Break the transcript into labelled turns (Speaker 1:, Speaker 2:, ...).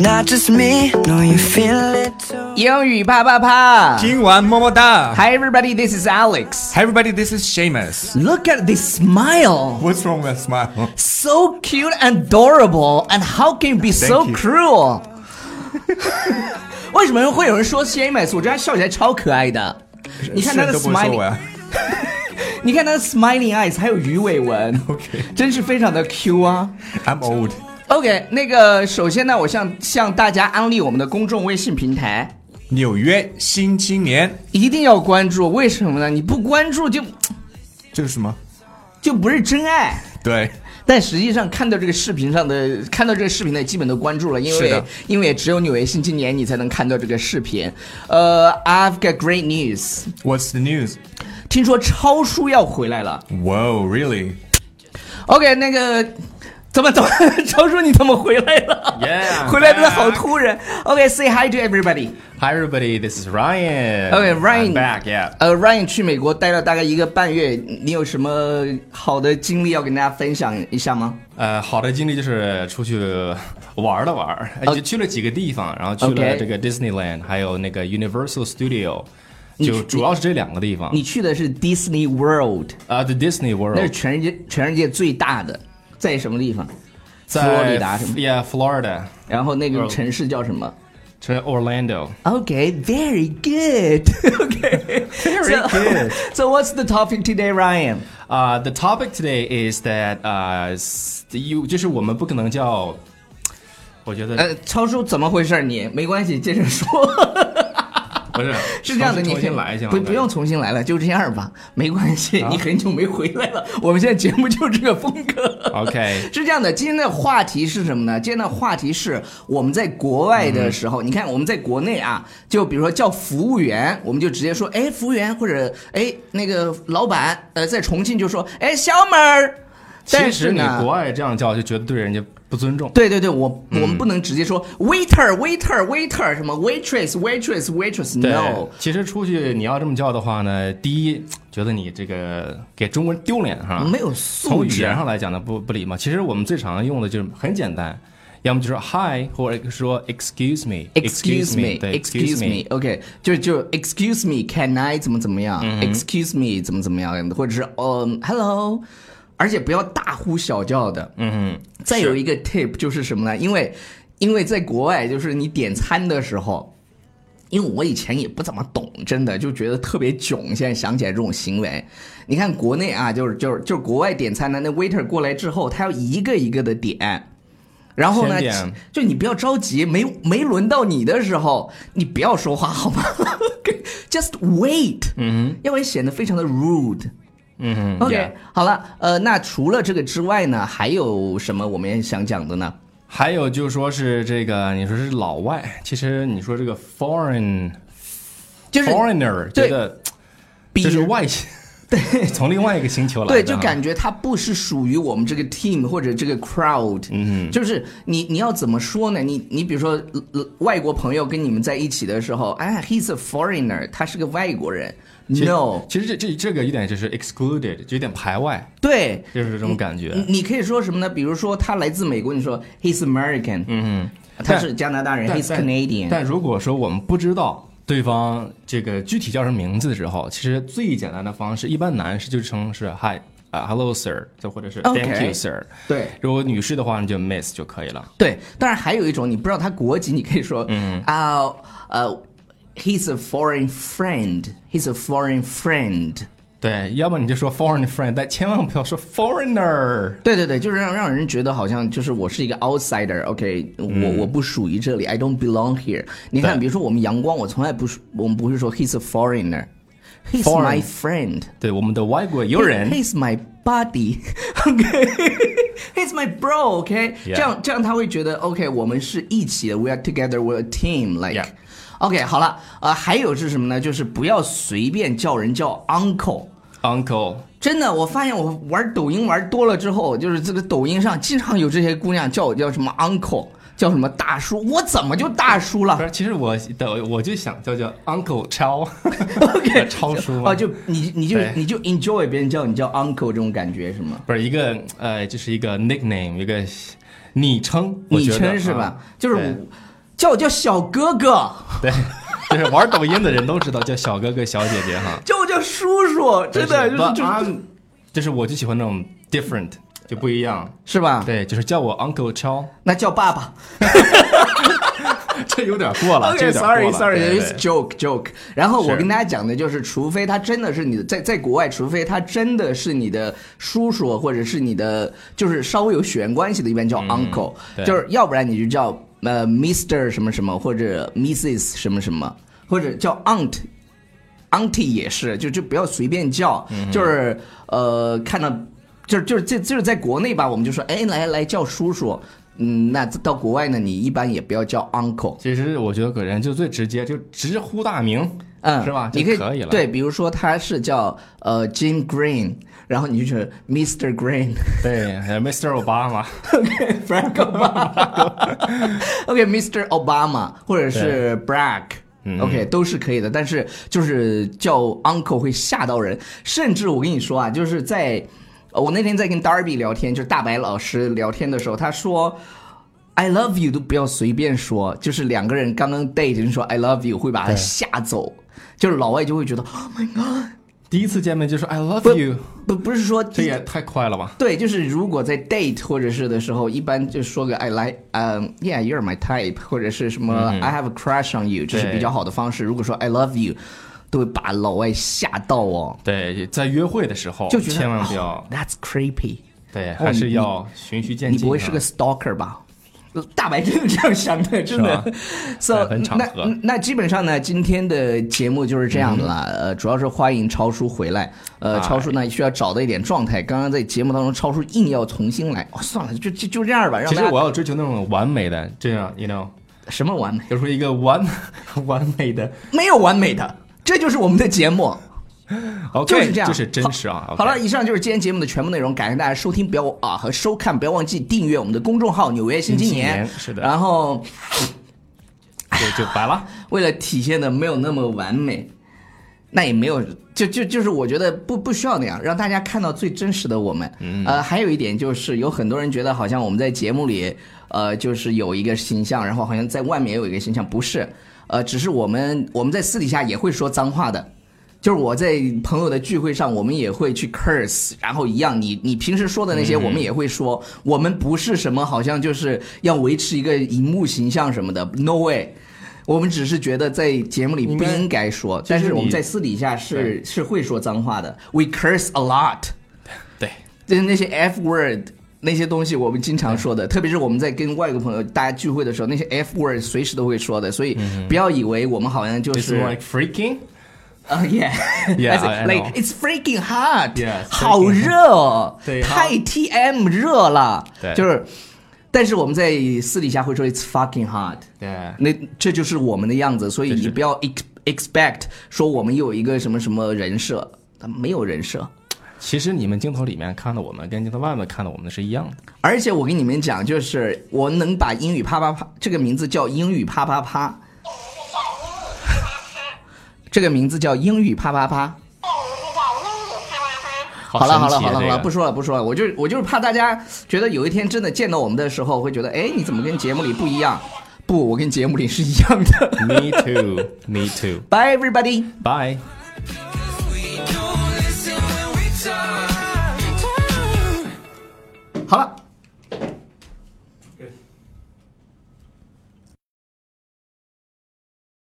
Speaker 1: not just me, no, you feel it too.
Speaker 2: 英语啪啪啪
Speaker 3: 听完么么哒。
Speaker 2: ！Hi everybody, this is Alex.
Speaker 3: Hi everybody, this is Seamus.
Speaker 2: Look at this smile,
Speaker 3: What's wrong with smile?
Speaker 2: so cute and adorable, and how can you be so
Speaker 3: Thank you.
Speaker 2: cruel? 为什么会有人说 Shamus？我觉得他笑起来超可爱的。你看他的
Speaker 3: 都不会说我
Speaker 2: smiling，
Speaker 3: 呀。
Speaker 2: 你看他的 smiling eyes，还有鱼尾纹
Speaker 3: OK
Speaker 2: 真是非常的 Q 啊。
Speaker 3: I'm old.
Speaker 2: OK，那个首先呢，我向向大家安利我们的公众微信平台，
Speaker 3: 纽约新青年，
Speaker 2: 一定要关注。为什么呢？你不关注就
Speaker 3: 这是什么？
Speaker 2: 就不是真爱。
Speaker 3: 对，
Speaker 2: 但实际上看到这个视频上的，看到这个视频的基本都关注了，因
Speaker 3: 是
Speaker 2: 为
Speaker 3: 的
Speaker 2: 因为只有纽约新青年你才能看到这个视频。呃，I've got great news，
Speaker 3: What's the news?
Speaker 2: 听说超叔要回来了。
Speaker 3: Whoa, really?
Speaker 2: OK，那个怎么怎么 超叔你怎么回来了
Speaker 4: Yeah, I'm
Speaker 2: 回来的好突然。OK，say、hi to everybody。
Speaker 4: Hi everybody, this is Ryan.
Speaker 2: OK，Ryan、
Speaker 4: I'm back, yeah.
Speaker 2: 呃，Ryan 去美国待了大概一个半月，你有什么好的经历要跟大家分享一下吗？
Speaker 4: 呃，好的经历就是出去玩了玩儿，哎
Speaker 2: 哦
Speaker 4: 就去了几个地方，然后去
Speaker 2: OK
Speaker 4: 了这个 Disneyland，还有那个 Universal Studio，就
Speaker 2: 去
Speaker 4: 主要是这两个地方
Speaker 2: 你。去的是 Disney World，
Speaker 4: 啊，The Disney
Speaker 2: 那是
Speaker 4: World
Speaker 2: 全世界全世界最大的，在什么地方？
Speaker 4: 在
Speaker 2: 佛罗里达是吗
Speaker 4: ？Yeah，Florida，
Speaker 2: 然后那个
Speaker 4: World
Speaker 2: 城市叫什么
Speaker 4: 这 Orlando。
Speaker 2: ？OK，very good. OK, very
Speaker 4: good.
Speaker 2: So what's the topic today, Ryan?
Speaker 4: 啊、t h e topic today is that 啊、you 就是我们不可能叫，我觉得、
Speaker 2: 呃，超叔怎么回事？你没关系，接着说。
Speaker 4: 不是
Speaker 2: 是这样的，
Speaker 4: 重新
Speaker 2: 你
Speaker 4: 重
Speaker 2: 可以
Speaker 4: 新来一下吗，
Speaker 2: 不不用重新来了，就这样吧，没关系，你很久没回来了，我们现在节目就这个风格。
Speaker 4: OK
Speaker 2: 是这样的，今天的话题是什么呢？今天的话题是我们在国外
Speaker 4: 嗯
Speaker 2: 的时候，你看我们在国内啊，就比如说叫服务员，我们就直接说，哎，服务员或者哎那个老板，呃，在重庆就说，哎，小妹儿。但
Speaker 4: 其
Speaker 2: 是
Speaker 4: 实你
Speaker 2: 呢
Speaker 4: 国外嗯这样叫就觉得对人家不尊重。
Speaker 2: 对对对，我、我们不能直接说 waiter waiter waiter 什么 waitress waitress waitress
Speaker 4: 对
Speaker 2: no，
Speaker 4: 其实出去你要这么叫的话呢，第一觉得你这个给中国人丢脸哈，
Speaker 2: 没有
Speaker 4: 从
Speaker 2: 素
Speaker 4: 语
Speaker 2: 质
Speaker 4: 言。上来讲呢不不礼貌。其实我们最常用的就是很简单，要么就说 hi，或者说 excuse me，excuse
Speaker 2: Excuse me,
Speaker 4: 对
Speaker 2: excuse me, OK，就就 Excuse me, can I 怎么怎么样、Excuse me 怎么怎么样，或者是嗯、Hello，而且不要大呼小叫的。嗯哼。再有一个 tip 就是什么呢？因为因为在国外，就是你点餐的时候，因为我以前也不怎么懂，真的就觉得特别囧。现在想起来这种行为，你看国内啊，就是就是就是国外点餐呢，那 waiter 过来之后，他要一个一个的点。然后呢
Speaker 4: 先点，
Speaker 2: 就你不要着急，没没轮到你的时候，你不要说话 好吗？Just wait，嗯，要不然显得非常的 rude。嗯，OK，、
Speaker 4: yeah
Speaker 2: 好了，呃，那除了这个之外呢，还有什么我们想讲的呢？
Speaker 4: 还有就说是这个，你说是老外，其实你说这个 foreign
Speaker 2: 就是
Speaker 4: foreigner
Speaker 2: 对
Speaker 4: 觉得
Speaker 2: 比
Speaker 4: 这是外 星，对， 从另外一个星球来的啊，
Speaker 2: 对，就感觉他不是属于我们这个 team 或者这个 crowd，嗯，就是你你要怎么说呢？你你比如说、呃呃外国朋友跟你们在一起的时候，哎，he's a foreigner，他是个外国人
Speaker 4: 其实
Speaker 2: ，no，
Speaker 4: 其实这这这个有点就是 excluded，就有点排外，
Speaker 2: 对，
Speaker 4: 就是这种感觉。
Speaker 2: 你你可以说什么呢？比如说他来自美国，你说 he's American，嗯，他是加拿大人
Speaker 4: 但
Speaker 2: ，he's
Speaker 4: 但
Speaker 2: Canadian，
Speaker 4: 但如果说我们不知道对方这个具体叫什么名字的时候，其实最简单的方式，一般男士就称是 Hi 啊、Hello Sir，就或者是
Speaker 2: OK
Speaker 4: Thank you Sir。
Speaker 2: 对
Speaker 4: 如果女士的话，你就 Miss 就可以了。
Speaker 2: 对，当然还有一种你不知道他国籍，你可以说，嗯啊呃，he's a foreign friend，he's a foreign friend。
Speaker 4: 对，要不你就说 foreign friend，但千万不要说 foreigner。
Speaker 2: 对对对，就是让让人觉得好像就是我是一个 outsider，OK，、我我不属于这里，I don't belong here。你看，
Speaker 4: 嗯对嗯
Speaker 2: 比如说我们阳光，我从来不是我们不是说 he's a foreigner，he's my
Speaker 4: Foreign
Speaker 2: friend。
Speaker 4: 对，我们的外国友人
Speaker 2: He-，He's my buddy. OK. He's my bro. OK.
Speaker 4: Yeah.
Speaker 2: 这样这样他会觉得 OK，我们是一起的。We are together. We're a team. Like.
Speaker 4: Yeah.
Speaker 2: OK，好了，呃，还有是什么呢？就是不要随便叫人叫 uncle。
Speaker 4: uncle。
Speaker 2: 真的，我发现我玩抖音玩多了之后，就是这个抖音上经常有这些姑娘叫我叫什么 uncle，叫什么大叔，我怎么就大叔了
Speaker 4: 不？是，其实我的我就想叫叫 uncle 超，OK 超叔嘛
Speaker 2: 哦，就你你就
Speaker 4: 对
Speaker 2: 你就 enjoy 别人叫你叫 uncle 这种感觉是吗？
Speaker 4: 不是一个呃，就是一个 nickname，一个昵称，我
Speaker 2: 昵
Speaker 4: 觉得
Speaker 2: 称是吧？
Speaker 4: 啊
Speaker 2: 就是
Speaker 4: 对
Speaker 2: 我叫我叫小哥哥，
Speaker 4: 对，就是玩抖音的人都知道叫小哥哥、小姐姐哈。，
Speaker 2: 叫我叫叔叔， 真的就是是就是
Speaker 4: 啊就是我就喜欢那种 different，就不一样。
Speaker 2: 是吧？
Speaker 4: 对，就是叫我 Uncle Chao，
Speaker 2: 那叫爸爸。
Speaker 4: 这有点过了，这有点过了。
Speaker 2: OK，sorry sorry，
Speaker 4: 对
Speaker 2: it's joke joke。然后我
Speaker 4: 是
Speaker 2: 跟大家讲的就是，除非他真的是你的，在在国外，除非他真的是你的叔叔或者是你的，就是稍微有血缘关系的，一般叫 uncle，、
Speaker 4: 嗯对
Speaker 2: 就是要不然你就叫呃 Mr 什么什么或者 Mrs 什么什么，或者叫 aunt。auntie 也是，就就不要随便叫，
Speaker 4: 嗯
Speaker 2: 就是呃，看到就是就是这就是在国内吧，我们就说哎来来叫叔叔，嗯，那到国外呢，你一般也不要叫 uncle，
Speaker 4: 其实我觉得给人就最直接，就直呼大名，
Speaker 2: 嗯，
Speaker 4: 是吧？就
Speaker 2: 你可以
Speaker 4: 可以了。
Speaker 2: 对，比如说他是叫呃 Jim Green，然后你就觉得 Mr. Green
Speaker 4: 对还有，Mr. Obama，
Speaker 2: Frank Obama，OK，Mr. Obama 或者是 Barack。OK，都
Speaker 4: 嗯
Speaker 2: 是可以的，但是就是叫 uncle 会吓到人，甚至我跟你说啊，就是在呃我那天在跟 Darby 聊天，就是大白老师聊天的时候，他说 I love you 都不要随便说，就是两个人刚刚 date 你说 I love you 会把他吓走，就是老外就会觉得 Oh my God，
Speaker 4: 第一次见面就说 I
Speaker 2: 不
Speaker 4: love you，
Speaker 2: 不不是说
Speaker 4: 这也太快了吧？
Speaker 2: 对，就是如果在 date 或者是的时候，一般就说个 I like，嗯、y e a h you're my type，或者是什么、I have a crush on you，这是
Speaker 4: 嗯对
Speaker 2: 比较好的方式。如果说 I love you，都会把老外吓到哦，
Speaker 4: 对，在约会的时候
Speaker 2: 就觉得
Speaker 4: 千万不要
Speaker 2: 哦，That's creepy，
Speaker 4: 对，
Speaker 2: 哦
Speaker 4: 还是
Speaker 2: 你
Speaker 4: 要循序渐进
Speaker 2: 你
Speaker 4: 啊。
Speaker 2: 不会是个 stalker 吧？呃大白真的这样想的，真的
Speaker 4: 吧。 哎
Speaker 2: so
Speaker 4: 很场
Speaker 2: 那嗯
Speaker 4: 合
Speaker 2: 那基本上呢，今天的节目就是这样的啦。呃，主要是欢迎超叔回来。呃，
Speaker 4: 嗯哎
Speaker 2: 超叔呢需要找到一点状态。刚刚在节目当中，超叔硬要重新来。哦，算了，就就就这样吧。让
Speaker 4: 其实
Speaker 2: 大家
Speaker 4: 我要追求那种完美的，这样，you know，
Speaker 2: 什么完美？
Speaker 4: 有时候一个完 完 美的
Speaker 2: 没有完美的，这就是我们的节目，
Speaker 4: ，OK，
Speaker 2: 就是这样，
Speaker 4: 是真实啊。
Speaker 2: 好
Speaker 4: OK
Speaker 2: 好了，，以上就是今天节目的全部内容，感谢大家收听，不要啊和收看，不要忘记订阅我们的公众号《纽约新青年
Speaker 4: 新青》。年是的
Speaker 2: 然后
Speaker 4: 就就 白了。
Speaker 2: 为了体现的没有那么完美，那也没有，就就就是我觉得不不需要那样，让大家看到最真实的我们。呃，还有一点就是，有很多人觉得好像我们在节目里，呃，就是有一个形象，然后好像在外面也有一个形象，不是，呃，只是我们我们在私底下也会说脏话的。就是我在朋友的聚会上，我们也会去 curse，然后一样，你你平时说的那些，
Speaker 4: 嗯
Speaker 2: 我们也会说。我们不是什么好像就是要维持一个荧幕形象什么的，no way。我们只是觉得在节目里不
Speaker 4: 应该
Speaker 2: 应该说，但是
Speaker 4: 你
Speaker 2: 我们在私底下是是会说脏话的，we curse a lot。
Speaker 4: 对，
Speaker 2: 就是那些 F word 那些东西，我们经常说的，特别是我们在跟外国朋友大家聚会的时候，那些 F word 随时都会说的，所以不要以为我们好像就
Speaker 4: 嗯 It's
Speaker 2: 是
Speaker 4: more like freaking。
Speaker 2: 啊 yeah
Speaker 4: Yeah,
Speaker 2: That's it.
Speaker 4: I- I
Speaker 2: like
Speaker 4: know.
Speaker 2: it's freaking hot，
Speaker 4: Yeah, it's freaking
Speaker 2: 好热哦，
Speaker 4: 对
Speaker 2: 太 TM 热了，
Speaker 4: 对
Speaker 2: 就是，但是我们在私底下会说 it's fucking hot，
Speaker 4: 对
Speaker 2: 那这就是我们的样子，所以你不要 ex expect 说我们有一个什么什么人设，他没有人设。
Speaker 4: 其实你们镜头里面看到我们，跟镜头外面看到我们是一样的。
Speaker 2: 而且我跟你们讲，就是我能把英语啪啪啪这个名字叫英语啪啪啪，这个名字叫英语啪啪啪。
Speaker 4: 好
Speaker 2: 好了好了
Speaker 4: 神奇
Speaker 2: 好
Speaker 4: 啊
Speaker 2: 了好
Speaker 4: 这
Speaker 2: 了，
Speaker 4: 个
Speaker 2: 不说了不说了，我就我就是怕大家觉得有一天真的见到我们的时候，会觉得哎你怎么跟节目里不一样？不，我跟节目里是一样的。
Speaker 4: Me too, me too.
Speaker 2: Bye everybody。
Speaker 4: Bye.
Speaker 1: We don't listen when we talk.
Speaker 2: 好了，